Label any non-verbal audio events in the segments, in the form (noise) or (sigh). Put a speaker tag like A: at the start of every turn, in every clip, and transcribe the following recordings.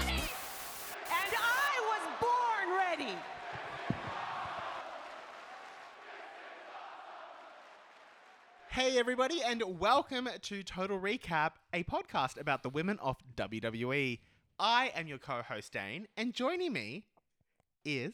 A: And I was born ready.
B: Hey, everybody, and welcome to Total Recap, a podcast about the women of WWE. I am your co host, Dane, and joining me is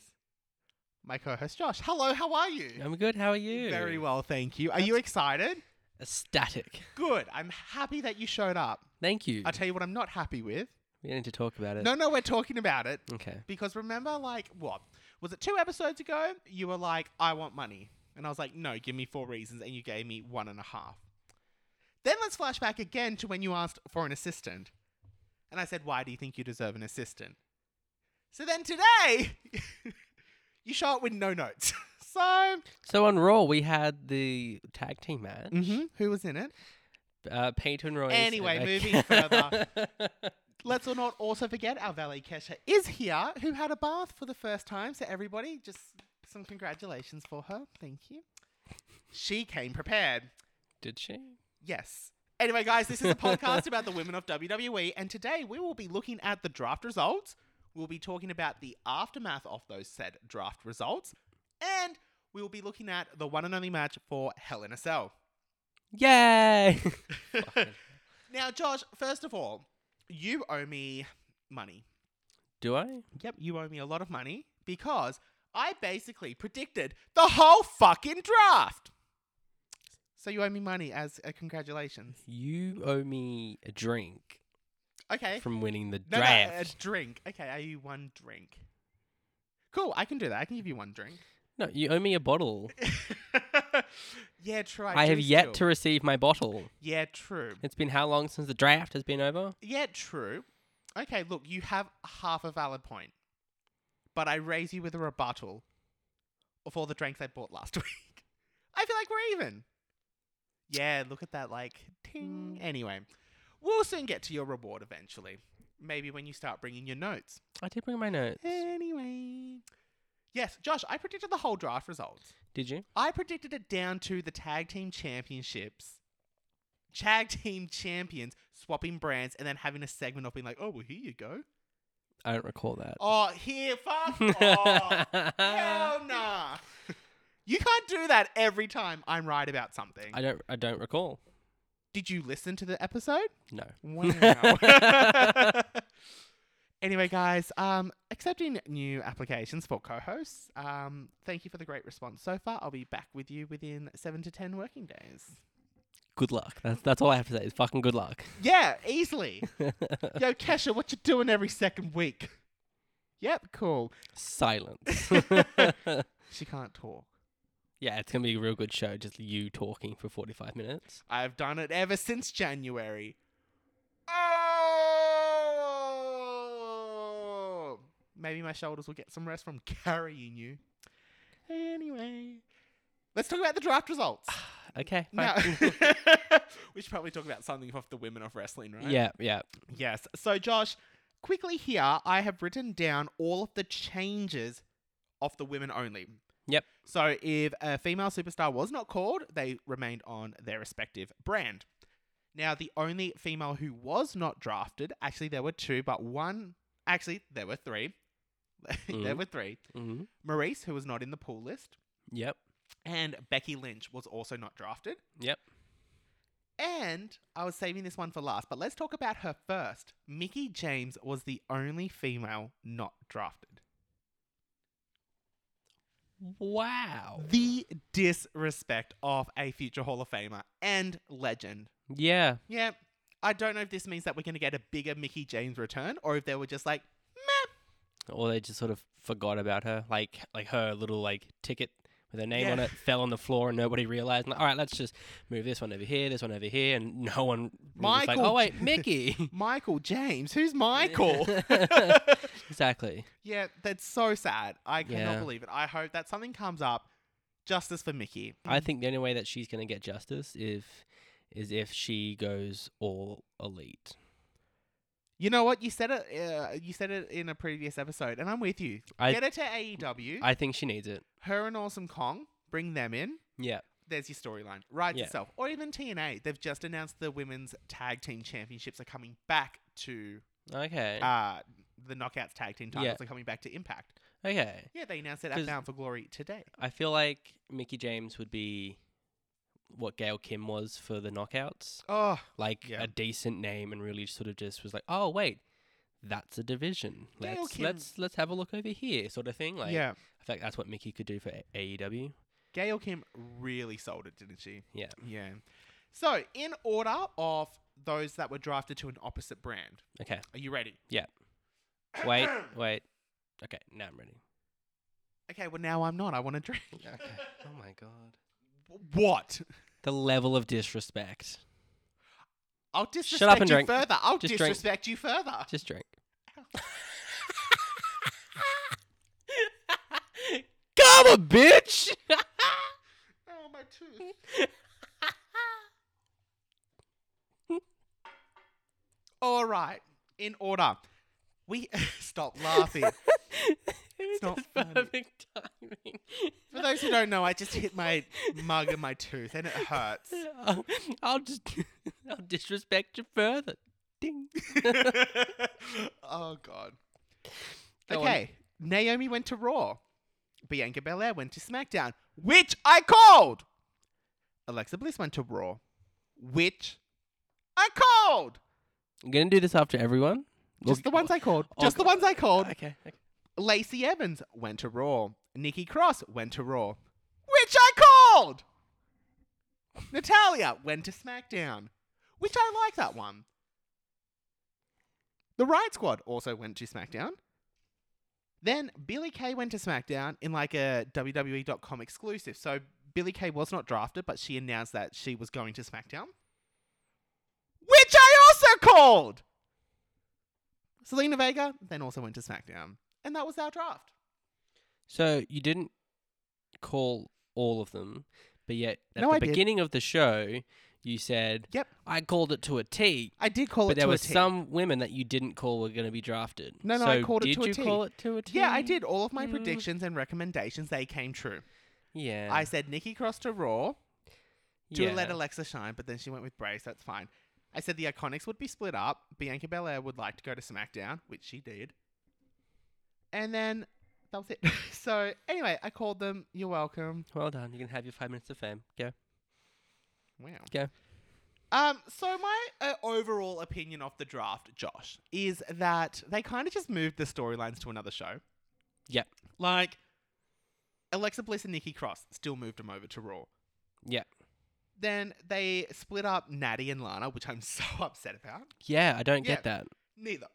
B: my co host, Josh. Hello, how are you?
C: I'm good. How are you?
B: Very well, thank you. Are you excited?
C: Ecstatic.
B: Good. I'm happy that you showed up.
C: Thank you.
B: I'll tell you what I'm not happy with.
C: we don't need to talk about it.
B: No, no, we're talking about it.
C: Okay.
B: Because remember, like, what? Was it two episodes ago? You were like, I want money. And I was like, no, give me four reasons. And you gave me one and a half. Then let's flash back again to when you asked for an assistant. And I said, why do you think you deserve an assistant? So then today, (laughs) you show up with no notes. (laughs) so,
C: So on Raw, we had the tag team match.
B: mhm, who was in it?
C: Uh, Peyton Royce. and
B: Anyway,
C: Becky-
B: moving further. Let's not also forget our valet Kesha is here, who had a bath for the first time. So everybody, just some congratulations for her. Thank you. She came prepared.
C: (laughs) Did she?
B: Yes. Anyway, guys, this is a podcast about the women of WWE, and today we will be looking at the draft results. We'll be talking about the aftermath of those said draft results, and we will be looking at the one and only match for Hell in a Cell.
C: Yay! (laughs)
B: (laughs) Now, Josh, first of all, you owe me money.
C: Do I?
B: Yep, you owe me a lot of money because I basically predicted the whole fucking draft. So you owe me money as a congratulations.
C: You owe me a drink
B: Okay.
C: from winning the
B: Eh? No, uh, no, a
C: draft.
B: drink. Okay, I owe you one drink. Cool, I can do that. I can give you one
C: (laughs)
B: drink.
C: No, you owe me a bottle.
B: yeah, true.
C: I
B: do
C: have yet to
B: still.
C: receive my bottle.
B: Yeah, true.
C: It's been how long since the draft has been over?
B: Yeah, true. Okay, look, you have half a valid point, but I raise you with a rebuttal of all the drinks I bought last (laughs) week. I feel like we're even. Yeah, look at that, like, ting. Anyway, we'll soon get to your reward eventually. Maybe when you start bringing your notes.
C: I did bring my notes.
B: Eh. Anyway. Yes, Josh, I predicted the whole draft results.
C: Did you?
B: I predicted it down to the tag team championships, tag team champions swapping brands, and then having a segment of being like, "Oh, well, here you go."
C: I don't recall that.
B: Oh, here,
C: (laughs)
B: fuck off! Hell nah! You can't do that every time I'm right about something.
C: I don't. I don't recall.
B: Did you listen to the episode?
C: No. (laughs)
B: Wow. (laughs) anyway, guys, um, accepting new applications for co-hosts. Um, thank you for the great response so far. I'll be back with you within seven to ten working days.
C: Good luck. That's that's all I have to say. Is fucking good luck.
B: Yeah, easily. Yo, Kesha, what you doing every second week? Yep, cool. (laughs)
C: Silence.
B: She can't talk.
C: Yeah, it's gonna be a real good show. Just you talking for forty-five minutes.
B: I've done it ever since January. Oh! Maybe my shoulders will get some rest from carrying you. Anyway, let's talk about the draft results.
C: Okay.
B: Now,
C: fine.
B: (laughs) we should probably talk about something off the women of wrestling, right?
C: yeah, yeah.
B: Yes. So, Josh, quickly here, I have written down all of the changes of the women only.
C: Yep.
B: So, if a female superstar was not called, they remained on their respective brand. Now, the only female who was not drafted, actually, there were two, but one, actually, there were three. (laughs) there
C: Mhm.
B: were three.
C: hmm
B: Maurice, who was not in the pool list,
C: Yep.
B: and Becky Lynch was also not drafted.
C: Yep.
B: And I was saving this one for last, but let's talk about her first. Mickey James was the only female not drafted.
C: Wow.
B: The disrespect of a future Hall of Famer and legend.
C: Yeah.
B: Yeah, I don't know if this means that we're going to get a bigger Mickey James return or if they were just like, meh.
C: Or they just sort of forgot about her, like like her little like ticket with her name
B: Yeah.
C: on it fell on the floor and nobody realized. Like, All right, let's just move this one over here, this one over here, and no one. was Like,
B: Michael-
C: oh wait, Mickey. (laughs)
B: Michael James, who's Michael?
C: exactly.
B: (laughs) yeah, that's so sad. I cannot
C: Yeah.
B: believe it. I hope that something comes up Justice for Mickey.
C: I think the only way that she's gonna get justice if is if she goes all elite.
B: You know what? You said it. Uh, you said it in a previous episode, and I'm with you.
C: I-
B: Get her to AEW.
C: I think she needs it.
B: her and Awesome Kong. Bring them in.
C: Yeah.
B: There's your storyline. Right
C: Yeah.
B: itself, or even TNA. They've just announced the women's tag team championships are coming back to
C: Okay.
B: uh, the Knockouts tag team titles
C: Yeah.
B: are coming back to Impact.
C: okay.
B: Yeah, they announced it at
C: 'Cause-
B: Bound for Glory today.
C: I feel like Mickey James would be what Gail Kim was for the knockouts.
B: Oh,
C: Like
B: Yeah.
C: a decent name and really sort of just was like, Oh wait, that's a division.
B: Gail
C: Let's
B: Kim-
C: let's let's have a look over here sort of thing. Like
B: yeah.
C: I feel like that's what Mickey could do for A- E AEW.
B: Gail Kim really sold it, didn't she?
C: Yeah.
B: Yeah. So, in order of those that were drafted to an opposite brand,
C: Okay.
B: are you ready?
C: Wait, wait. Okay, now I'm ready.
B: Okay, well, now I'm not. I want to drink. (laughs)
C: Okay. Oh my god.
B: What?
C: The level of disrespect.
B: I'll disrespect
C: up and
B: you
C: drink.
B: further. I'll
C: Just drink.
B: disrespect you further.
C: Just drink. Come on, bitch.
B: (laughs) Oh, my
C: (laughs)
B: tooth. All right. In order. We (laughs) stop laughing.
C: it's
B: not
C: just
B: funny.
C: perfect timing. (laughs)
B: For those who don't know, I just hit my mug and my tooth and it hurts.
C: I'll, I'll just (laughs) I'll disrespect you further. Ding.
B: (laughs) oh god.
C: Go on.
B: okay, Naomi went to Raw. Bianca Belair went to SmackDown, which I called. Alexa Bliss went to Raw, which I called.
C: I'm gonna do this after everyone.
B: Just the ones I called.
C: oh,
B: Just the ones I called.
C: Okay. okay.
B: Lacey Evans went to Raw. Nikki Cross went to Raw, which I called. Natalia went to SmackDown, which I like that one. The Riot Squad also went to SmackDown. Then Billy Kay went to SmackDown in like a WWE.com exclusive. So Billy Kay was not drafted, but she announced that she was going to SmackDown, which I also called. Selena Vega then also went to SmackDown. And that was our draft.
C: So you didn't call all of them, but yet at
B: No,
C: the
B: I did.
C: beginning of the show, you said,
B: Yep.
C: I called it to a T."
B: I did call it
C: but there
B: to
C: were
B: a T.
C: some women that you didn't call were going to be drafted.
B: No, no, I
C: So
B: called it
C: did
B: to a
C: you
B: T.
C: call it to a T?
B: Yeah, I did. All of my
C: Mm.
B: predictions and recommendations, they came true.
C: Yeah,
B: I said Nikki Cross to Raw to
C: yeah.
B: let Alexa shine, but then she went with Brace. That's fine. I said the Iconics would be split up. Bianca Belair would like to go to SmackDown, which she did. And then that was it. (laughs) so anyway, I called them. You're welcome.
C: Well done. You can have your five minutes of fame. Go.
B: Wow.
C: Go.
B: Um, so my uh, overall opinion of the draft, Josh, is that they kind of just moved the storylines to another show.
C: Yep.
B: Like Alexa Bliss and Nikki Cross still moved them over to Raw.
C: Yeah.
B: Then they split up Natty and Lana, which I'm (laughs) so upset about.
C: Yeah, I don't
B: Yeah.
C: get that.
B: Neither.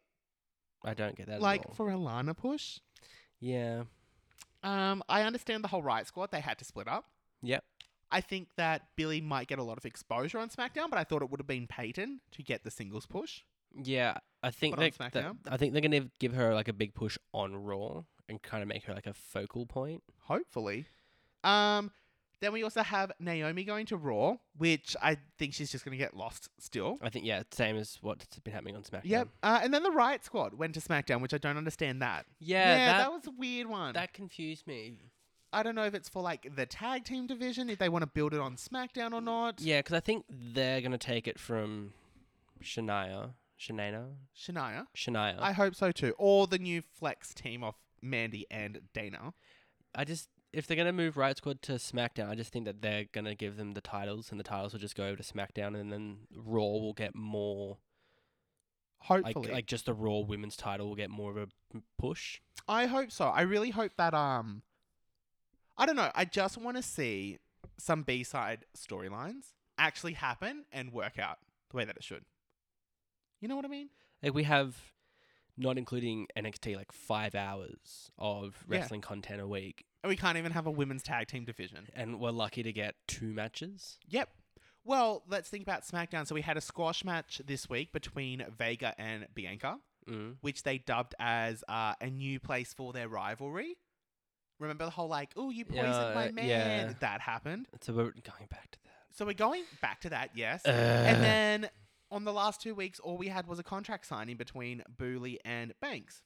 C: I don't get that. at
B: Like
C: all.
B: for a Lana push,
C: yeah,
B: um, I understand the whole Riot Squad. They had to split up.
C: Yep.
B: I think that Billy might get a lot of exposure on SmackDown, but I thought it would have been Peyton to get the singles push.
C: yeah. I think
B: But on
C: they, that,
B: SmackDown?
C: I think they're going to give her like a big push on Raw and kind of make her like a focal point.
B: hopefully. Um, then we also have Naomi going to Raw, which I think she's just going to get lost still.
C: I think yeah, same as what's been happening on SmackDown.
B: Yep. Uh, and then the Riot Squad went to SmackDown, which I don't understand that.
C: Yeah,
B: that,
C: that,
B: was a weird one.
C: that confused me.
B: I don't know if it's for like the tag team division, if they want to build it on SmackDown or not.
C: Yeah, because I think they're going to take it from Shania, Shania,
B: Shania.
C: Shania.
B: I hope so too. Or the new Flex team of Mandy and Dana.
C: I just if they're gonna move Riot Squad to SmackDown, I just think that they're gonna give them the titles, and the titles will just go over to SmackDown, and then Raw will get more like
B: Hopefully.
C: like just the Raw Women's title will get more of a p- push.
B: I hope so. I really hope that um I don't know, I just want to see some B-side storylines actually happen and work out the way that it should. You know what I mean?
C: Like we have, not including NXT, like five hours of
B: Yeah.
C: wrestling content a week,
B: And we can't even have a women's tag team division.
C: and we're lucky to get two matches.
B: Yep. Well, let's think about SmackDown. So we had a squash match this week between Vega and Bianca,
C: Mm.
B: which they dubbed as uh, a new place for their rivalry. Remember the whole like, oh, you poisoned
C: Yeah,
B: my
C: uh,
B: man.
C: yeah.
B: That happened.
C: So we're going back to that.
B: So we're going back to that, yes.
C: Ugh.
B: and then on the last two weeks, all we had was a contract signing between Booley and Banks.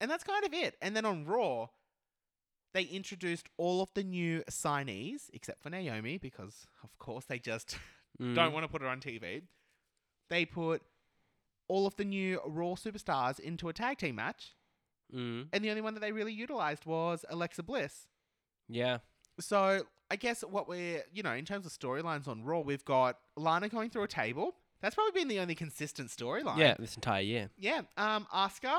B: And that's kind of it. And then on Raw, they introduced all of the new signees, except for Naomi, because of course they just (laughs)
C: Mm.
B: don't want to put her on TV. They put all of the new Raw superstars into a tag team match.
C: Mm.
B: And the only one that they really utilized was Alexa Bliss.
C: Yeah.
B: So I guess what we're you know in terms of storylines on Raw, we've got Lana going through a table. That's probably been the only consistent storyline.
C: Yeah. This entire year.
B: Yeah. Um, Oscar.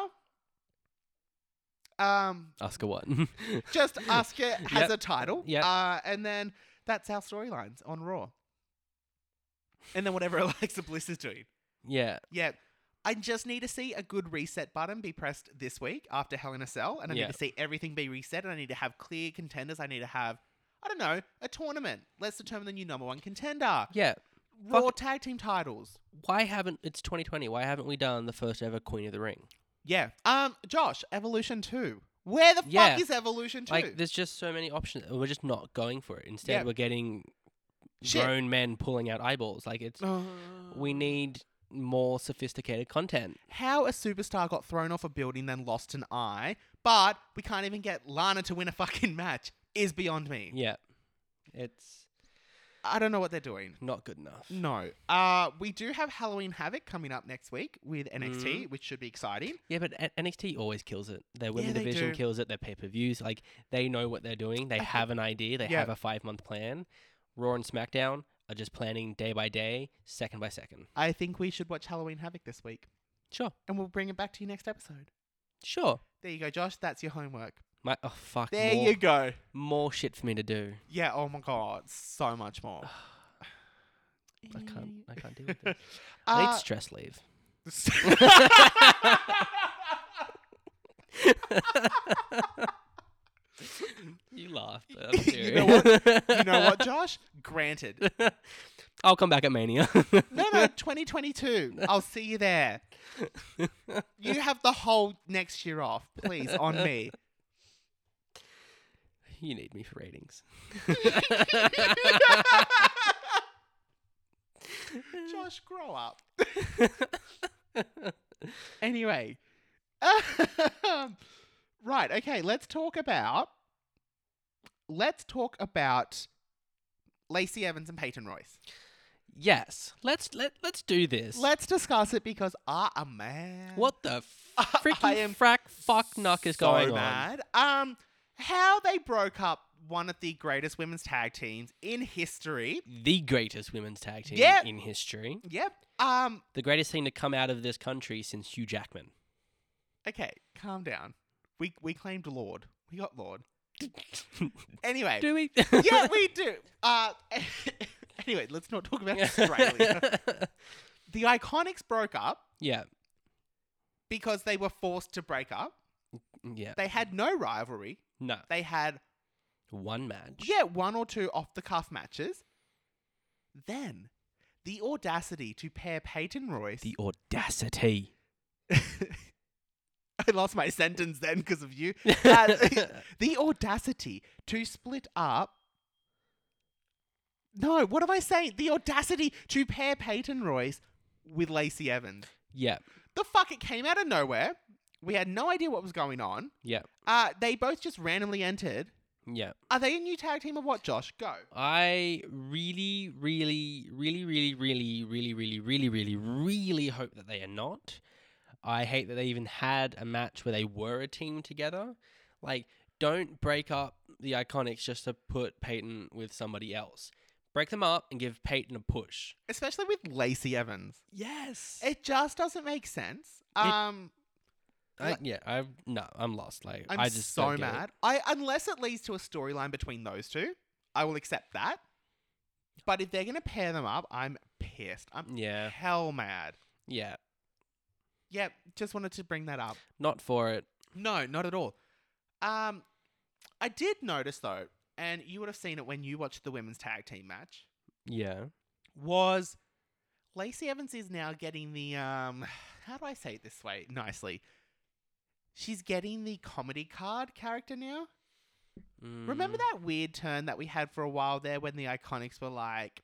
B: Um,
C: Oscar what? (laughs)
B: just Oscar has
C: Yep.
B: a title.
C: Yep.
B: Uh, and then that's our storylines on Raw. And then whatever (laughs) Alexa Bliss is doing.
C: yeah.
B: Yeah. I just need to see a good reset button be pressed this week after Hell in a Cell, and I
C: Yeah.
B: need to see everything be reset, and I need to have clear contenders. I need to have, I don't know, a tournament. Let's determine the new number one contender.
C: Yeah.
B: Raw
C: fuck
B: tag team titles.
C: Why haven't it's 2020? Why haven't we done the first ever Queen of the Ring?
B: Yeah. Um, Josh, Evolution Two. Where the
C: Yeah.
B: fuck is Evolution Two? (sighs)
C: Like, there's just so many options. and We're just not going for it. Instead,
B: Yeah.
C: we're getting
B: Shit.
C: grown men pulling out eyeballs. Like, it's we need more sophisticated content.
B: how a superstar got thrown off a building then lost an eye, but we can't even get Lana to win a fucking match is beyond me.
C: Yeah, it's
B: I don't know what they're doing.
C: not good enough.
B: No. Uh, we do have Halloween Havoc coming up next week with NXT, which should be exciting.
C: Yeah, but N- NXT always kills it. Their women
B: they
C: division
B: do.
C: kills it. Their pay per views, like they know what they're doing. They have an idea. They
B: Yeah.
C: have a five month plan. Raw and SmackDown are just planning day by day, second by second.
B: I think we should watch Halloween Havoc this week,
C: Sure,
B: and we'll bring it back to you next episode.
C: sure.
B: There you go, Josh. That's your homework.
C: My oh fuck,
B: There
C: more,
B: you go.
C: more shit for me to do.
B: Yeah. Oh my god, so much (sighs) more.
C: I can't. I can't
B: (laughs)
C: deal with this. I need
B: Uh,
C: stress leave.
B: (laughs)
C: You laugh,
B: (laughs)
C: but I'm
B: You
C: serious.
B: know what? you know what, Josh? Granted.
C: (laughs) I'll come back at Mania.
B: (laughs) No, no, 2022. I'll see you (laughs) there. You have the whole next year off, please, on (laughs) me.
C: (laughs) you need me for ratings.
B: Josh, grow
C: (laughs)
B: up.
C: okay.
B: Anyway, (laughs) right, okay, let's talk about let's talk about Lacey Evans and Peyton Royce.
C: Yes. Let's let let's do this.
B: Let's discuss it because ah uh, man,
C: what the
B: (laughs) I
C: freaking
B: am
C: frack fuck knock is
B: so
C: going on?
B: mad. Um, how they broke up one of the greatest women's tag teams in history.
C: The greatest women's tag team
B: Yeah.
C: in history.
B: Yep. Um.
C: The greatest thing to come out of this country since Hugh Jackman.
B: Okay, calm down. We we claimed Lord. We got
C: (laughs)
B: Lord. Anyway.
C: do we?
B: yeah,
C: (laughs)
B: we (laughs) do. Uh, anyway, let's not talk about
C: (laughs)
B: Australia. the Iconics broke up
C: yeah.
B: because they were forced to break up.
C: Yeah.
B: They had no rivalry.
C: No.
B: They had,
C: One match.
B: yeah, one or two off the cuff matches. Then the audacity to pair Peyton Royce.
C: The audacity.
B: (laughs) I lost my sentence then because of you.
C: (laughs)
B: Uh, the audacity to split up. No, what am I saying? The audacity to pair Peyton Royce with Lacey Evans.
C: Yeah.
B: The fuck, it came out of nowhere. We had no idea what was going on.
C: Yeah.
B: Uh, they both just randomly entered.
C: Yeah.
B: Are they a new tag team or what, Josh? Go.
C: I really, really, really, really, really, really, really, really, really, really hope that they are not. I hate that they even had a match where they were a team together. Like, don't break up the Iconics just to put Peyton with somebody else. Break them up and give Peyton a push.
B: Especially with Lacey Evans.
C: Yes.
B: It just doesn't make sense. Um,
C: I, yeah. I no. I'm lost. Like
B: I'm
C: I just don't
B: so
C: get it.
B: mad. I unless it leads to a storyline between those two, I will accept that. But if they're gonna pair them up, I'm pissed. I'm
C: Yeah.
B: hell mad.
C: Yeah.
B: Yep, just wanted to bring that up.
C: Not for it.
B: No, not at all. Um, I did notice though, and you would have seen it when you watched the women's tag team match.
C: Yeah.
B: Was (sighs) Lacey Evans is now getting the um? How do I say it this way nicely? she's getting the comedy card character now.
C: Mm,
B: Remember that weird turn that we had for a while there when the Iconics were like,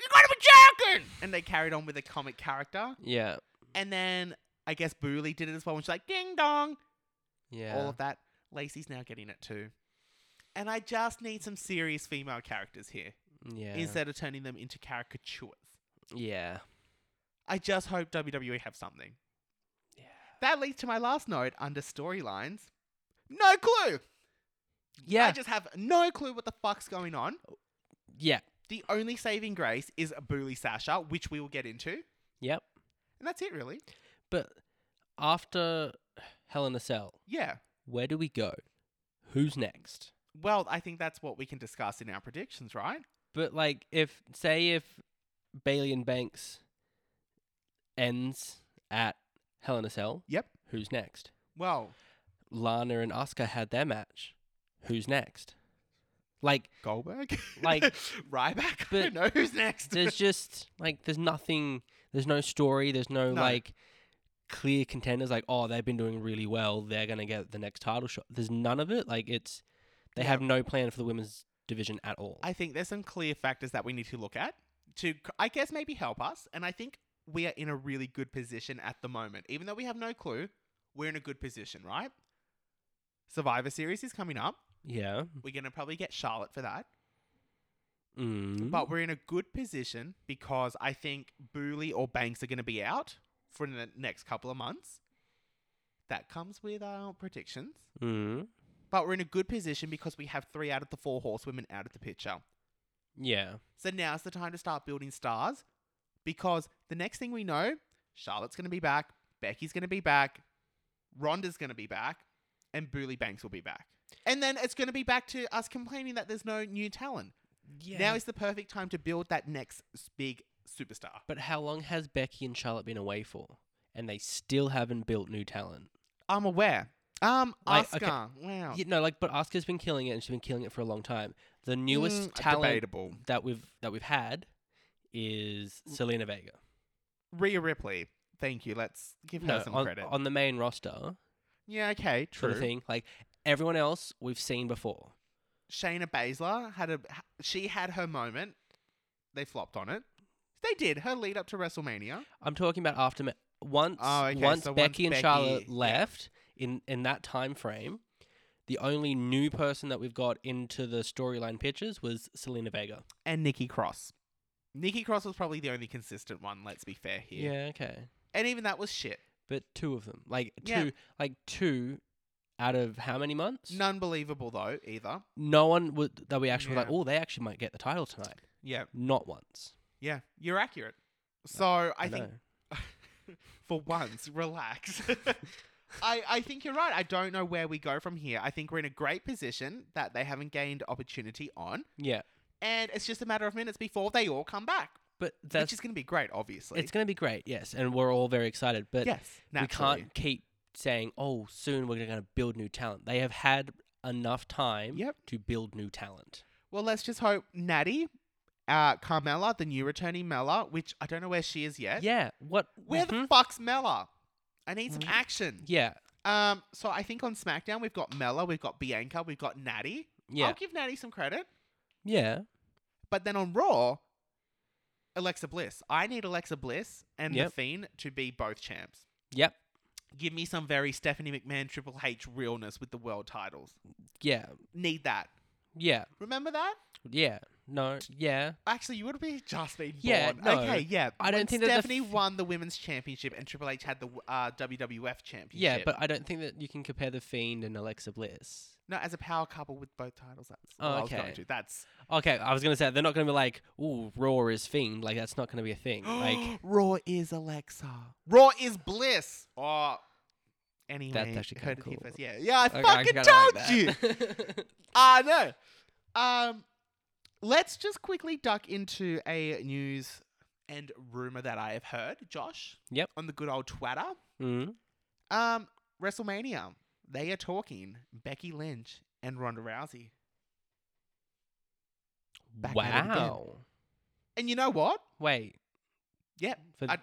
B: "You gotta be joking," and they carried on with the comic character.
C: Yeah.
B: And then I guess Booley did it as well when she's like, "Ding dong,"
C: Yeah.
B: all of that. Lacey's now getting it too. And I just need some serious female characters here
C: yeah.
B: instead of turning them into caricatures.
C: yeah.
B: I just hope WWE have something.
C: Yeah.
B: That leads to my last note under storylines. No clue.
C: Yeah.
B: I just have no clue what the fuck's going on.
C: yeah.
B: The only saving grace is Booley Sasha, which we will get into. And
C: Yep.
B: that's it, really.
C: But after Hell in a Cell,
B: Yeah.
C: where do we go? Who's next?
B: Well, I think that's what we can discuss in our predictions, right?
C: But like, if say if Bailey and Banks ends at Hell in a Cell,
B: Yep.
C: who's next?
B: Well,
C: Lana and Asuka had their match. Who's next? Like,
B: Goldberg? (laughs)
C: Like-
B: Ryback? I
C: but
B: don't know who's next. (laughs)
C: there's just like there's nothing. There's no story. There's no,
B: No.
C: like clear contenders. Like, oh, they've been doing really well. They're gonna get the next title shot. There's none of it. Like, it's they have no plan for the women's division at all.
B: I think there's some clear factors that we need to look at to, c- I guess, maybe help us. And I think we are in a really good position at the moment. Even though we have no clue, we're in a good position, right? Survivor Series is coming up.
C: yeah.
B: We're going to probably get Charlotte for that.
C: Mm.
B: But we're in a good position because I think Booley or Banks are going to be out for the next couple of months. That comes with our predictions.
C: Mm.
B: But we're in a good position because we have three out of the four horsewomen out of the picture.
C: Yeah.
B: So now's the time to start building stars because the next thing we know, Charlotte's going to be back, Becky's going to be back, Ronda's going to be back, and Booley Banks will be back. And then it's going to be back to us complaining that there's no new talent.
C: Yeah.
B: Now is the perfect time to build that next s- big superstar.
C: but how long has Becky and Charlotte been away for? And they still haven't built new talent.
B: I'm aware. Um,
C: Like,
B: Oscar.
C: okay.
B: Wow.
C: Yeah, no, like, but Asuka's been killing it, and she's been killing it for a long time. The newest
B: Mm,
C: talent
B: Debatable.
C: that we've that we've had is Selena Vega.
B: Rhea Ripley. Thank you. Let's give her
C: No,
B: some
C: Uh, on,
B: credit.
C: on the main roster,
B: yeah, okay,
C: sort
B: true.
C: of thing. Like everyone else, we've seen before.
B: Shayna Baszler had a ha- she had her moment. They flopped on it. They did her lead up to WrestleMania.
C: I'm talking about after ma- once
B: Oh, okay,
C: once
B: so once
C: Becky and Charlotte
B: Becky- yeah.
C: left in in that time frame, the only new person that we've got into the storyline pictures was Selena Vega.
B: And Nikki Cross. Nikki Cross was probably the only consistent one. Let's be fair here.
C: yeah okay.
B: And even that was shit.
C: But two of them, like two,
B: Yeah.
C: like two, out of how many months?
B: None believable though either.
C: no one would that we actually were like,
B: Yeah.
C: oh, they actually might get the title tonight.
B: Yeah,
C: Not once.
B: yeah, you're accurate. So I, think
C: know.
B: (laughs) for once, relax. (laughs) I, I think you're right. I don't know where we go from here. I think we're in a great position that they haven't gained opportunity on.
C: Yeah,
B: And it's just a matter of minutes before they all come back,
C: but that's
B: which is going to be great, obviously.
C: it's going to be great. Yes, and we're all very excited. But
B: yes,
C: we
B: naturally.
C: can't keep saying, oh, soon we're going to build new talent. They have had enough time
B: Yep.
C: to build new talent.
B: Well, let's just hope Natty, uh, Carmella, the new returning Mella, which I don't know where she is yet.
C: Yeah. What?
B: Where the
C: mhm.
B: fuck's Mella? I need some action.
C: yeah.
B: Um, so I think on SmackDown we've got Mella, we've got Bianca, we've got Natty.
C: Yeah.
B: I'll give Natty some credit.
C: Yeah.
B: But then on Raw, Alexa Bliss. I need Alexa Bliss and The
C: Yep.
B: Fiend to be both champs.
C: Yep.
B: Give me some very Stephanie McMahon Triple H realness with the world titles.
C: Yeah.
B: Need that.
C: Yeah.
B: Remember that?
C: Yeah. No. Yeah.
B: Actually, you would have been just been
C: Yeah,
B: born.
C: no.
B: Okay, yeah.
C: I don't
B: When
C: think that the
B: Stephanie
C: f-
B: won the women's championship and Triple H had the uh, WWF championship.
C: Yeah. But I don't think that you can compare the Fiend and Alexa Bliss.
B: no, as a power couple with both titles. That's
C: Oh,
B: what I was going
C: okay.
B: to. That's
C: Okay, I was gonna say they're not gonna be like, "Ooh, Raw is Fiend." Like that's not gonna be a thing. (gasps) Like
B: (gasps) Raw is Alexa. Raw is Bliss. Oh, anyway,
C: actually
B: you heard
C: kinda
B: it here
C: cool.
B: first. Yeah, yeah. I
C: okay,
B: fucking
C: kinda
B: told
C: like (laughs)
B: you.
C: that.
B: I know. Um, let's just quickly duck into a news and rumor that I have heard, Josh.
C: Yep.
B: On the good old Twitter.
C: mm,
B: Um, WrestleMania. They are talking Becky Lynch and Ronda Rousey. Back at it again.
C: wow.
B: And you know what?
C: Wait.
B: Yep.
C: For
B: I-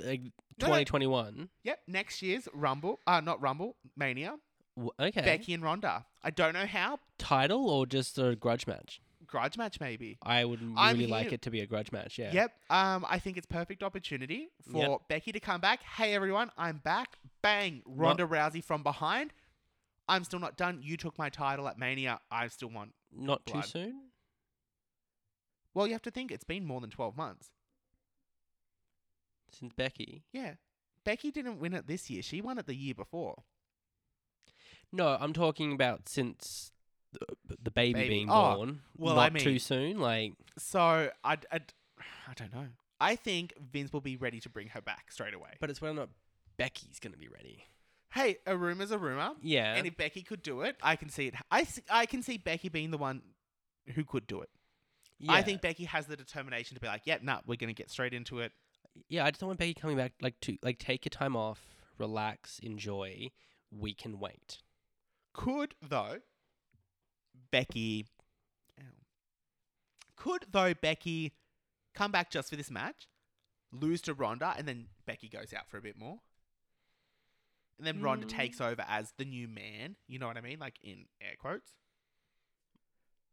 C: like
B: No, no.
C: 2021.
B: Yep, next year's Rumble, uh, not Rumble, Mania,
C: W- Okay.
B: Becky and Ronda. I don't know how.
C: Title or just a grudge match?
B: Grudge match, maybe.
C: I would really
B: I'm
C: like
B: here.
C: it to be a grudge match. Yeah.
B: Yep. Um, I think it's perfect opportunity for
C: Yep.
B: Becky to come back. Hey everyone, I'm back. Bang, Ronda Rousey from behind. I'm still not done. You took my title at Mania. I still want.
C: Not too
B: Blood.
C: soon.
B: Well, you have to think it's been more than 12 months.
C: Since Becky.
B: Yeah. Becky didn't win it this year. She won it the year before.
C: No, I'm talking about since the, the baby,
B: Baby.
C: being
B: Oh,
C: born.
B: well, I
C: not too
B: mean-
C: soon. Like
B: So I, I, (sighs) I don't know. I think Vince will be ready to bring her back straight away. But
C: But it's whether or not Becky's going to be ready.
B: hey, a rumor's a rumor.
C: Yeah.
B: And if Becky could do it, I can see it. I, s- I can see Becky being the one who could do it. I
C: Yeah.
B: think Becky has the determination to be like, yeah, nah, we're gonna get straight into it.
C: Yeah, I just don't want Becky coming back. Like to like take your time off, relax, enjoy. We can wait.
B: Could though, Becky, Ow. could though Becky come back just for this match, lose to Ronda, and then Becky goes out for a bit more, and then Ronda
C: Mm.
B: takes over as the new man. You know what I mean? Like in air quotes.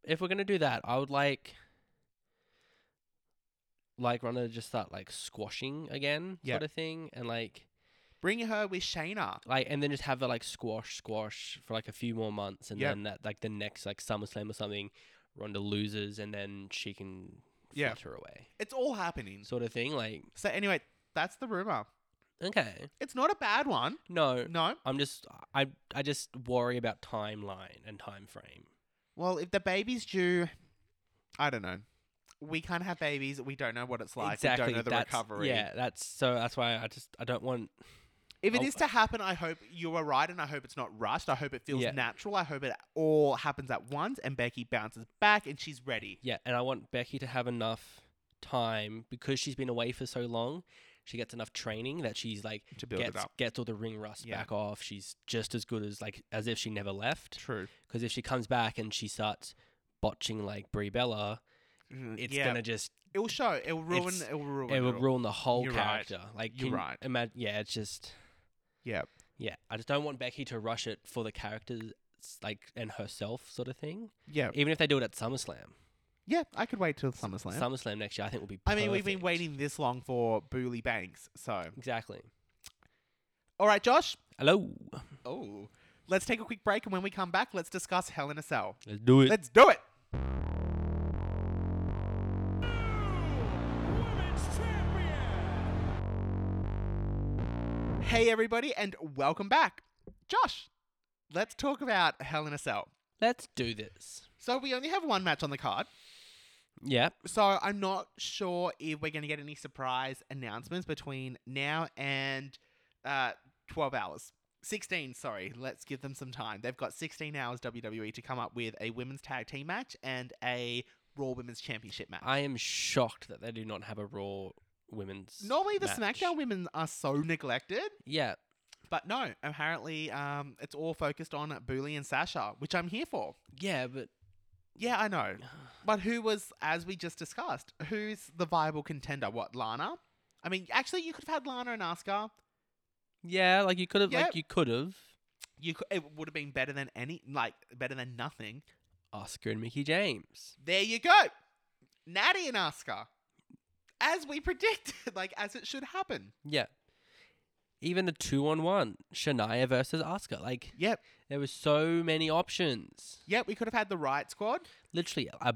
C: If we're gonna do that, I would like like Ronda to just start like squashing again,
B: Yeah.
C: sort of thing, and like
B: Bring her with Shayna.
C: like and then just have her like squash squash for like a few more months and
B: Yep.
C: then that like the next like SummerSlam or something, Ronda loses and then she can
B: Yeah.
C: flutter away.
B: It's all happening.
C: Sort of thing. Like
B: So anyway, that's the rumor.
C: okay.
B: It's not a bad one.
C: No.
B: No.
C: I'm just I I just worry about timeline and time frame.
B: Well, if the baby's due, I don't know. We can't have babies. We don't know what it's like. We don't know the
C: that's-
B: recovery.
C: Yeah, that's so that's why I just I don't want
B: If it
C: Oh.
B: is to happen, I hope you are right, and I hope it's not rushed. I hope it feels
C: Yeah.
B: natural. I hope it all happens at once, and Becky bounces back, and she's ready.
C: yeah, and I want Becky to have enough time because she's been away for so long. She gets enough training that she's like
B: To build
C: gets
B: it up.
C: gets all the ring rust
B: Yeah.
C: back off. She's just as good as like as if she never left.
B: True.
C: Because if she comes back and she starts botching like Brie Bella, it's gonna just
B: It will show. It will ruin.
C: It's-
B: It will Mm, ruin.
C: it will
B: all.
C: ruin the whole
B: You're right.
C: character. Like
B: You're
C: can-
B: right.
C: Imagine, yeah, it's just
B: Yeah.
C: yeah. I just don't want Becky to rush it for the characters like and herself sort of thing.
B: Yeah.
C: Even if they do it at SummerSlam.
B: Yeah. I could wait till SummerSlam.
C: SummerSlam next year, I think will be.
B: I mean, we've been
C: perfect.
B: waiting this long for Booley Banks. So,
C: Exactly.
B: all right, Josh.
C: Hello.
B: Oh, let's take a quick break, and when we come back, let's discuss Hell in a Cell.
C: Let's do
B: Let's do it. Hey, everybody, and welcome back. Josh, let's talk about Hell in a Cell.
C: Let's do this.
B: So, we only have one match on the card.
C: Yep.
B: So, I'm not sure if we're going to get any surprise announcements between now and uh, 12 hours. 16, sorry. Let's give them some time. They've got 16 hours, WWE, to come up with a women's tag team match and a Raw Women's Championship match.
C: I am shocked that they do not have a Raw women's.
B: Normally, the
C: match.
B: SmackDown women are so neglected,
C: Yeah.
B: but no, apparently um, it's all focused on Booley and Sasha, which I'm here for.
C: Yeah, but
B: Yeah, I
C: (sighs)
B: know. But who was, as we just discussed, who's the viable contender? What, Lana? I mean, actually, you could have had Lana and Asuka.
C: yeah, like you could have,
B: Yep.
C: like you could have
B: You could, it would have been better than any, like better than nothing.
C: Oscar and Mickey James.
B: There you go, Natty and Asuka, as we (laughs) predicted, like as it should happen.
C: Yeah. Even a two-on-one, Shania versus Oscar. Like
B: Yep,
C: there were so many options.
B: yep. We could have had the Riot Squad.
C: Literally a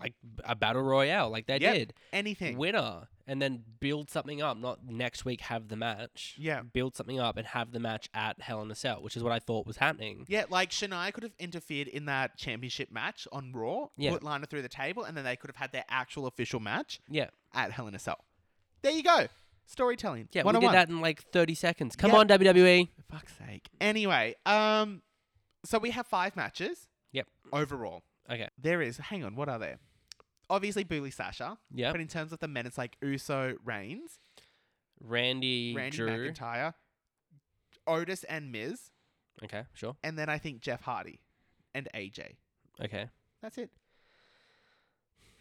C: like a battle royale, like they
B: Yep.
C: did.
B: Anything.
C: winner and then build something up. Not next week have the match.
B: Yeah.
C: Build something up and have the match at Hell in a Cell, which is what I thought was happening.
B: Yeah, like Shania could have interfered in that championship match on Raw,
C: Yeah.
B: put Lana through the table, and then they could have had their actual official match
C: Yeah.
B: at Hell in a Cell. There you go. Storytelling.
C: Yeah, we did
B: 101.
C: that in like 30 seconds. Come
B: Yeah.
C: on, E. WWE.
B: For fuck's sake. Anyway, um, so we have five matches.
C: Yep.
B: Overall.
C: Okay.
B: There is, hang on, what are there? Obviously, Booley Sasha.
C: Yeah.
B: But in terms of the men, it's like Uso Reigns,
C: Randy,
B: Randy
C: Drew.
B: McIntyre, Otis and Miz,
C: Okay, sure.
B: and then I think Jeff Hardy and AJ.
C: Okay.
B: That's it.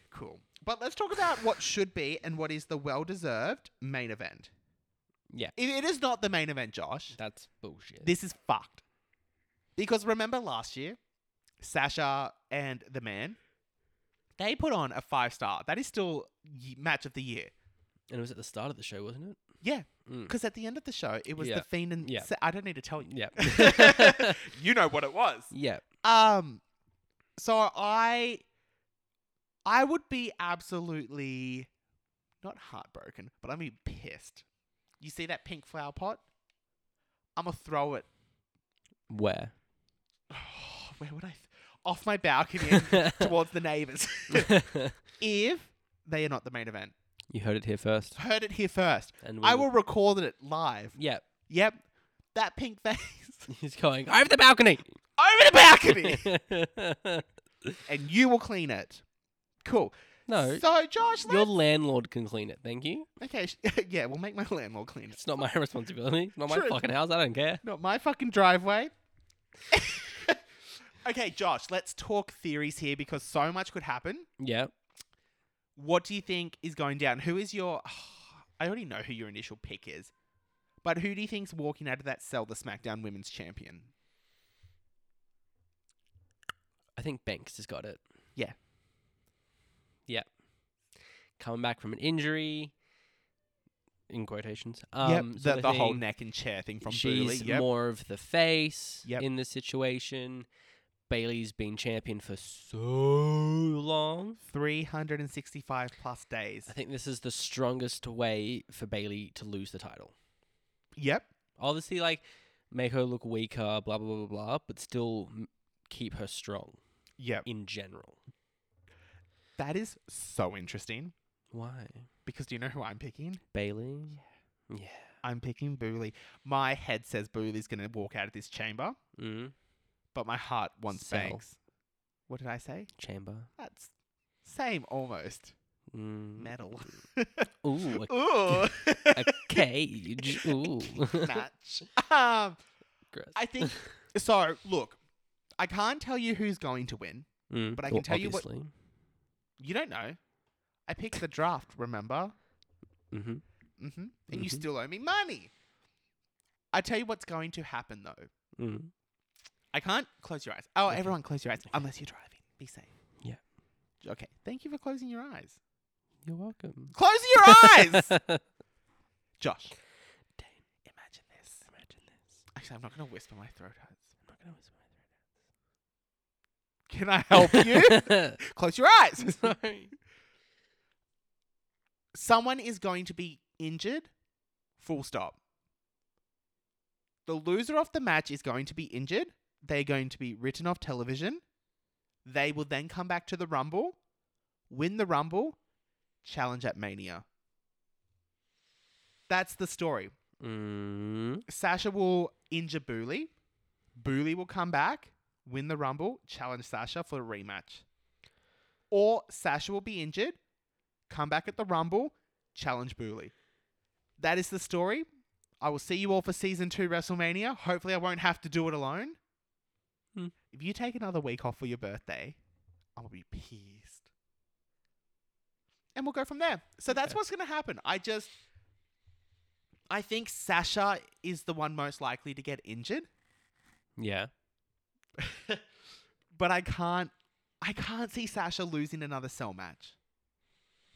B: Cool. But let's talk about what should be and what is the well deserved main event.
C: Yeah.
B: If it is not the main event, Josh,
C: That's bullshit.
B: this is fucked. Because remember last year, Sasha and the man, they put on a five star. That is still y- match of the year.
C: and it was at the start of the show, wasn't it?
B: Yeah.
C: Mm.
B: Because at the end of the show, it was
C: Yeah.
B: the Fiend and
C: Yeah.
B: Sa- I don't need to tell you. (laughs)
C: Yeah. (laughs)
B: you know what it was.
C: yeah.
B: Um, so I, I would be absolutely not heartbroken, but I'd be pissed. You see that pink flower pot? I'm gonna throw it. (laughs)
C: Where?
B: Oh, where would I? Th- off my balcony and towards the neighbors. (laughs) if they are not the main event,
C: you heard it here first.
B: heard it here first.
C: And
B: I will record it live.
C: Yeah. (laughs)
B: Yep, that pink face (laughs)
C: He's going over the balcony. (laughs)
B: over the balcony, and you will clean it. Cool.
C: no.
B: So Josh,
C: Your
B: let's
C: landlord can clean it, thank you.
B: Okay, sh- (laughs) yeah, we'll make my landlord clean it.
C: It's not my (laughs) responsibility. It's not my
B: True.
C: fucking house. I don't care.
B: Not my fucking driveway. (laughs) okay, Josh, let's talk theories here because so much could happen.
C: Yeah.
B: What do you think is going down? Who is your. (sighs) I already know who your initial pick is, but who do you think's walking out of that cell the SmackDown Women's Champion?
C: I think Banks has got it.
B: Yeah.
C: Yeah. Coming back from an injury. In quotations.
B: yep,
C: Um,
B: the,
C: sort
B: the
C: of
B: whole
C: thing.
B: neck and chair thing from
C: She's
B: Booley. Yep.
C: more of the face
B: Yep.
C: in the situation. Bailey's been champion for so long.
B: 365 plus days.
C: I think this is the strongest way for Bailey to lose the title.
B: Yep.
C: Obviously, like make her look weaker, blah blah blah blah blah, but still m- keep her strong
B: Yep.
C: in general.
B: That is so interesting
C: Why
B: because do you know who I'm picking?
C: Bailey? Yeah.
B: I'm picking Booley. My head says Booley's going to walk out of this chamber,
C: Mm.
B: but my heart wants
C: Sell.
B: Banks. What did I say?
C: Chamber.
B: That's same almost.
C: Mm.
B: Metal.
C: Ooh,
B: (laughs)
C: a, (laughs)
B: Ooh.
C: a
B: (laughs)
C: cage. Ooh.
B: Match. Um,
C: Gross.
B: (laughs) I
C: (laughs)
B: think so. Look, I can't tell you who's going to win.
C: Mm.
B: but I can
C: Well,
B: tell you what-
C: obviously.
B: You don't know. I picked the draft, remember?
C: Mm-hmm.
B: hmm And you
C: Mhm.
B: still owe me money. I tell you what's going to happen though.
C: Mm.
B: I can't close your eyes. Oh,
C: Okay.
B: everyone, close your eyes unless you're driving. Be safe.
C: Yeah.
B: Okay. Thank you for closing your eyes.
C: You're welcome.
B: (laughs) Close your eyes, (laughs) Josh.
C: Dane,
B: Imagine this.
C: (laughs) imagine this.
B: Actually, I'm not gonna whisper. My throat hurts.
C: I'm not gonna
B: Can
C: whisper
B: I help you?
C: (laughs)
B: (laughs) close your eyes. (laughs)
C: Sorry.
B: Someone is going to be injured. Full stop. The loser of the match is going to be injured. They're going to be written off television. They will then come back to the Rumble, win the Rumble, challenge at Mania. That's the story.
C: Mm.
B: Sasha will injure Booley. Booley will come back, win the Rumble, challenge Sasha for a rematch. Or Sasha will be injured, come back at the Rumble, challenge Booley. That is the story. I will see you all for season two WrestleMania. Hopefully, I won't have to do it alone.
C: Hmm.
B: If you take another week off for your birthday, I'll be pissed. And we'll go from there. So that's
C: Okay.
B: what's going to happen. I just. I think Sasha is the one most likely to get injured,
C: Yeah.
B: but I can't I can't see Sasha losing another cell match.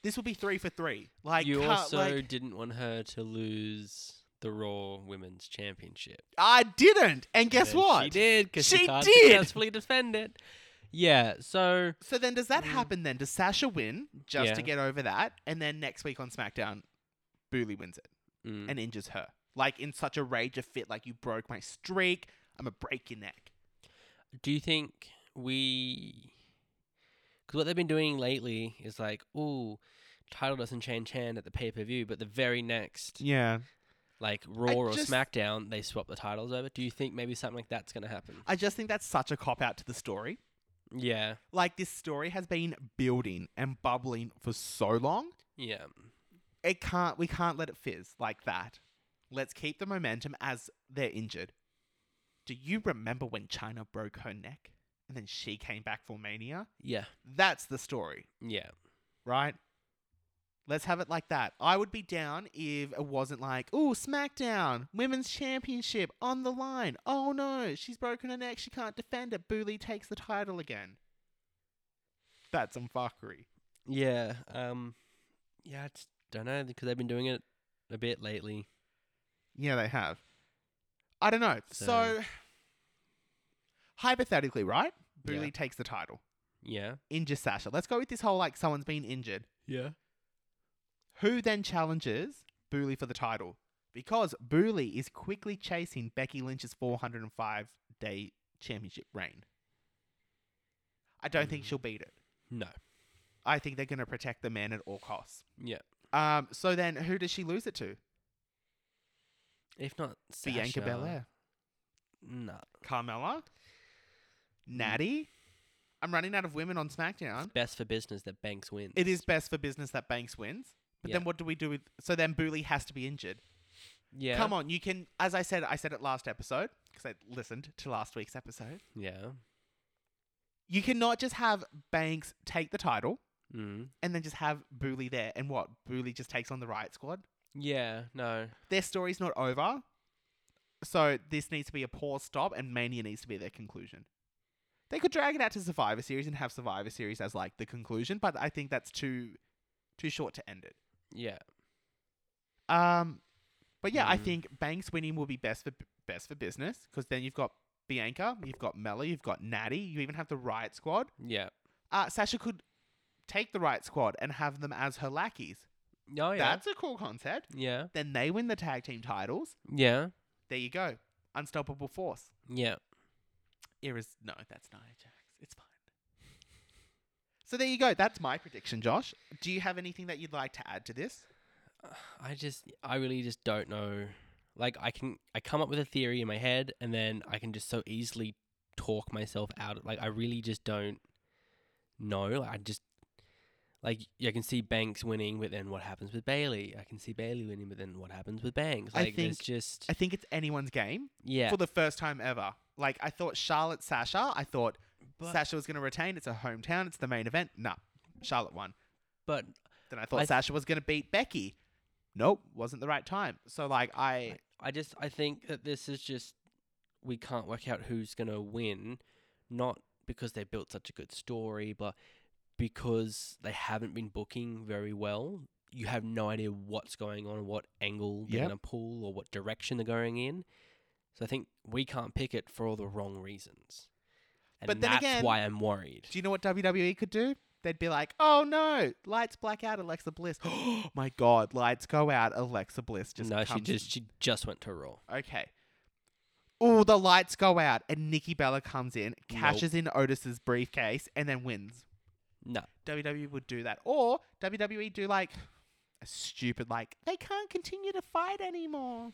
B: This will be 3 for 3. Like
C: you
B: can't-
C: also
B: like,
C: didn't want her to lose the Raw Women's Championship.
B: I didn't. And guess
C: And
B: what?
C: She did because she,
B: She
C: can't
B: did!
C: successfully defend it. Yeah. So
B: So then does that happen then? Does Sasha win just to
C: Mm. Yeah.
B: get over that and then next week on SmackDown Booley wins it
C: mm,
B: and injures her? Like in such a rage of fit like you broke my streak, I'm a break your neck.
C: do you think we? Because what they've been doing lately is like, ooh, title doesn't change hand at the pay per view, but the very next
B: Yeah.
C: like Raw or
B: just-
C: SmackDown, they swap the titles over. Do you think maybe something like that's going to happen?
B: I just think that's such a cop out to the story.
C: Yeah,
B: like this story has been building and bubbling for so long
C: yeah,
B: it can't we can't let it fizz like that let's keep the momentum as they're injured do you remember when china broke her neck and then she came back for mania
C: yeah,
B: that's the story
C: yeah.
B: right Let's have it like that. I would be down if it wasn't like, oh, SmackDown, Women's Championship on the line. Oh no, she's broken her neck. She can't defend it. Booley takes the title again. That's some fuckery.
C: Yeah. Um. Yeah. I just don't know because they've been doing it a bit lately.
B: Yeah, they have. I don't know. So,
C: So-
B: hypothetically, right?
C: Yeah.
B: Booley takes the title,
C: Yeah.
B: injures Sasha. Let's go with this whole like someone's been injured.
C: Yeah.
B: who then challenges Booley for the title because Booley is quickly chasing Becky Lynch's 405 day championship reign. I don't think
C: Mm.
B: she'll beat it.
C: No.
B: I think they're going to protect the man at all costs.
C: Yeah.
B: Um, so then, who does she lose it to?
C: If not Sasha,
B: Bianca Belair,
C: No.
B: Carmella, Natty. Mm. I'm running out of women on SmackDown.
C: It's best for business that Banks wins.
B: It is best for business that Banks wins. But then
C: Yeah.
B: what do we do with? So then Booley has to be injured.
C: Yeah.
B: Come on, you can. As I said, I said it last episode because I listened to last week's episode.
C: Yeah.
B: You cannot just have Banks take the title
C: Mm.
B: and then just have Booley there, and what Booley just takes on the Riot Squad.
C: Yeah. No.
B: Their story's not over, so this needs to be a pause stop, and Mania needs to be their conclusion. They could drag it out to Survivor Series and have Survivor Series as like the conclusion, but I think that's too too short to end it.
C: Yeah.
B: Um, but yeah, I
C: Mm.
B: think Banks winning will be best for best for business because then you've got Bianca, you've got Melly, you've got Natty, you even have the Riot Squad.
C: Yeah.
B: Uh, Sasha could take the Riot Squad and have them as her lackeys.
C: Oh yeah.
B: That's a cool concept.
C: yeah.
B: Then they win the tag team titles.
C: Yeah.
B: There you go, unstoppable force.
C: Yeah.
B: Iris, no, that's Nia Jax. It's fine. (laughs) So there you go. That's my prediction, Josh. Do you have anything that you'd like to add to this?
C: I just, I really just don't know. Like, I can, I come up with a theory in my head, and then I can just so easily talk myself out. of- Like, I really just don't know. Like, I just, like, I can see Banks winning, but then what happens with Bailey? I can see Bailey winning, but then what happens with Banks?
B: I
C: Like, there's
B: think-
C: just,
B: I think it's anyone's game.
C: yeah.
B: for the first time ever. Like I thought Charlotte Sasha, I thought
C: But-
B: Sasha was going to retain. It's her hometown. It's the main event. Nah, Charlotte won.
C: but
B: Then I thought
C: I th-
B: Sasha was going to beat Becky. Nope, wasn't the right time. So like I,
C: I- I just I think that this is just we can't work out who's gonna win, not because they built such a good story, but because they haven't been booking very well. You have no idea what's going on, what angle they're
B: Yep.
C: gonna pull, or what direction they're going in. So I think we can't pick it for all the wrong reasons. And
B: But then
C: that's
B: again-
C: why I'm worried.
B: do you know what WWE could do? They'd be like, oh no, lights black out. Alexa Bliss. (gasps) Oh my God, lights go out. Alexa Bliss just
C: no, she
B: comes-
C: just she just went to Raw.
B: okay. Oh, the lights go out, and Nikki Bella comes in, cashes in Otis's briefcase, and then wins.
C: No.
B: WWE would do that. Or WWE do like a stupid like they can't continue to fight anymore.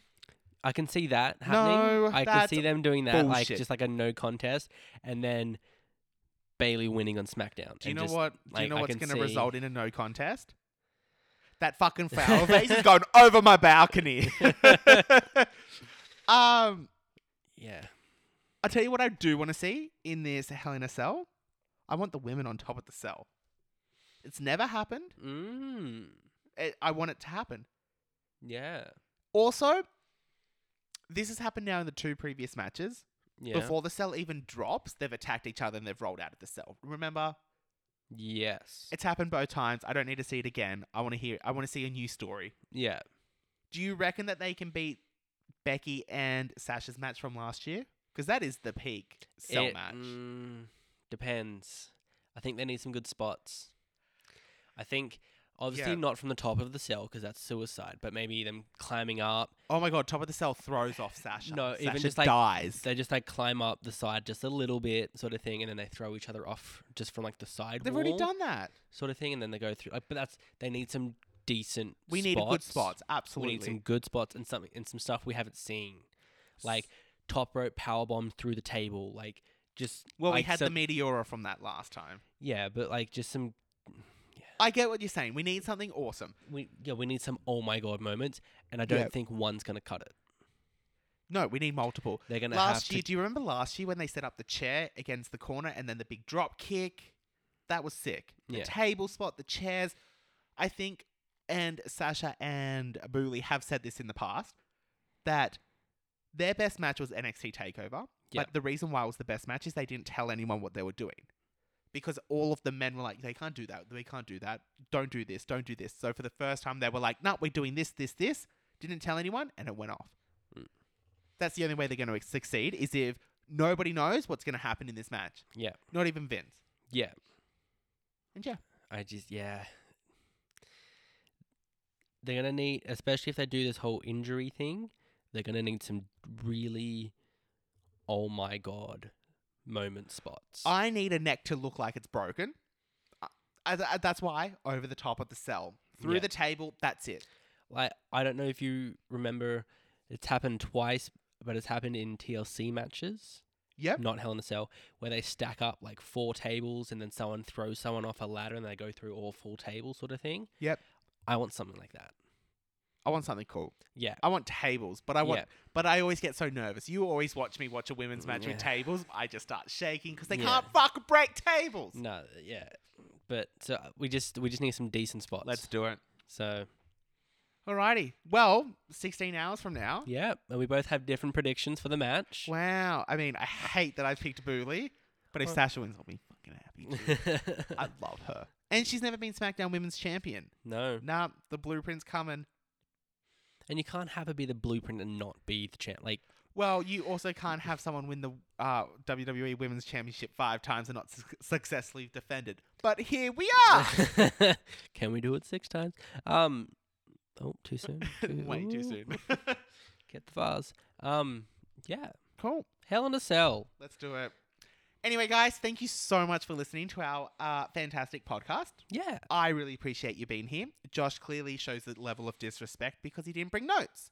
C: I can see that happening.
B: No,
C: I can
B: that's
C: see them doing that, like
B: bullshit.
C: just like a no contest, and then Bailey winning on SmackDown.
B: Do you
C: and
B: know
C: just-
B: what do you
C: like,
B: know
C: I
B: what's
C: can
B: gonna
C: see-
B: result in a no contest? That fucking foul face is going over my
C: (laughs)
B: balcony. (laughs) um
C: Yeah,
B: I tell you what I do want to see in this Hell in a Cell. I want the women on top of the cell. It's never happened.
C: mm,
B: I- I want it to happen.
C: yeah,
B: Also, this has happened now in the two previous matches.
C: yeah,
B: Before the cell even drops, they've attacked each other and they've rolled out of the cell. Remember,
C: yes,
B: it's happened both times. I don't need to see it again. I want to hear. I want to see a new story.
C: yeah.
B: Do you reckon that they can beat Becky and Sasha's match from last year? Because that is the peak cell
C: It,
B: match.
C: mm, depends. I think they need some good spots. I think obviously
B: Yeah.
C: not from the top of the cell because that's suicide, but maybe them climbing up.
B: Oh my god, top of the cell throws off Sasha.
C: No,
B: Sasha
C: even just like-
B: dies.
C: They just like climb up the side just a little bit, sort of thing, and then they throw each other off just from like the side.
B: They've already
C: wall.
B: done that.
C: sort of thing, and then they go through. Like, but that's they need some decent.
B: We
C: spots.
B: need good spots.
C: We
B: Absolutely.
C: need some good spots and something and some stuff we haven't seen, like top rope power bomb through the table, like just.
B: well, we
C: like
B: had
C: some,
B: the Meteora from that last time.
C: Yeah, but like just some.
B: I get what you're saying. We need something awesome.
C: We yeah we need some oh my god moments, and I don't
B: Yeah.
C: think one's gonna cut it.
B: No, we need multiple.
C: They're gonna
B: last
C: have to-
B: year, do you remember last year when they set up the chair against the corner and then the big drop kick? That was sick. The
C: Yeah.
B: table spot, the chairs. I think and Sasha and Booley have said this in the past that their best match was NXT Takeover,
C: Yeah.
B: but the reason why it was the best match is they didn't tell anyone what they were doing. Because all of the men were like, they can't do that, they can't do that, don't do this, don't do this. So for the first time, they were like, no, we're doing this, this, this. Didn't tell anyone, and it went off.
C: Mm.
B: That's the only way they're going to succeed is if nobody knows what's going to happen in this match.
C: Yeah.
B: Not even Vince.
C: Yeah.
B: And yeah,
C: I just yeah. They're gonna need, especially if they do this whole injury thing, they're gonna need some really, oh my god, moment spots.
B: I need a neck to look like it's broken. I, I- that's why over the top of the cell, through
C: Yeah.
B: the table. That's it.
C: like I don't know if you remember, it's happened twice, but it's happened in TLC matches,
B: Yep.
C: not Hell in a Cell, where they stack up like four tables and then someone throws someone off a ladder and they go through all four tables, sort of thing.
B: Yep.
C: I want something like that.
B: I want something cool.
C: Yeah.
B: I want tables, but I want.
C: Yeah.
B: But I always get so nervous. You always watch me watch a women's match
C: Yeah.
B: with tables. I just start shaking because they
C: Yeah.
B: can't fuck break tables.
C: No, yeah, but so uh, we just we just need some decent spots.
B: Let's do it.
C: so
B: Alrighty. Well, 16 hours from now.
C: yeah, and we both have different predictions for the match. (laughs)
B: Wow. I mean, I hate that I picked Booley, but if
C: Well-
B: Sasha wins, I'll be fucking happy.
C: (laughs)
B: too. I love her. And she's never been SmackDown Women's Champion.
C: no,
B: Nah, the blueprint's coming.
C: and you can't have it be the blueprint and not be the champ. Like
B: Well, you also can't have someone win the uh, WWE Women's Championship five times and not su- successfully defended. But here we
C: (laughs)
B: are. (laughs)
C: Can we do it six times? Um, oh,
B: (laughs)
C: too soon.
B: Way too
C: ooh,
B: soon. (laughs)
C: Get the vase. Um, yeah,
B: cool.
C: Hell in a Cell.
B: Let's do it. Anyway, guys, thank you so much for listening to our uh, fantastic podcast.
C: Yeah,
B: I really appreciate you being here. Josh clearly shows the level of disrespect because he didn't bring notes.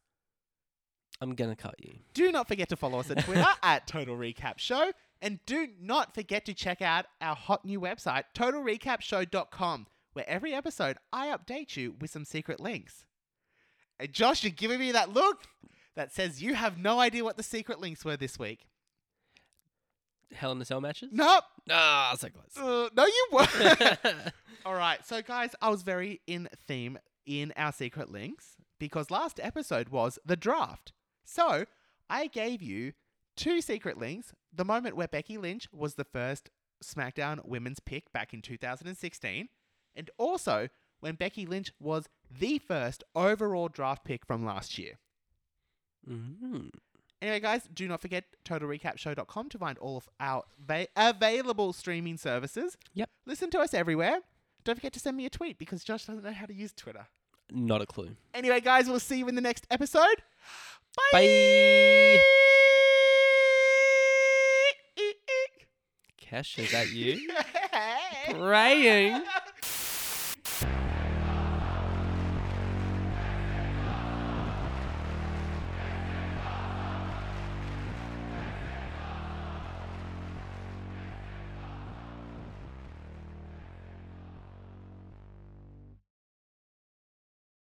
C: I'm gonna cut you.
B: Do not forget to follow us at Twitter at Total Recap Show. And do not forget to check out our hot new website, totalrecapshow.com, where every episode I update you with some secret links. And Josh, you're giving me that look that says you have no idea what the secret links were this week.
C: Hell in a Cell matches.
B: Nope.
C: Ah, so close.
B: Uh, no, you weren't. (laughs) All right. So, guys, I was very in theme in our secret links because last episode was the draft. So, I gave you two secret links the moment where Becky Lynch was the first SmackDown women's pick back in 2016, and also when Becky Lynch was the first overall draft pick from last year.
C: mm-hmm.
B: Anyway, guys, do not forget totalrecapshow.com to find all of our va- available streaming services.
C: Yep.
B: Listen to us everywhere. Don't forget to send me a tweet because Josh doesn't know how to use Twitter.
C: Not a clue.
B: Anyway, guys, we'll see you in the next episode. (laughs)
C: Bye.
B: Bye.
C: Kesh, is that you?
B: Hey.
C: Praying.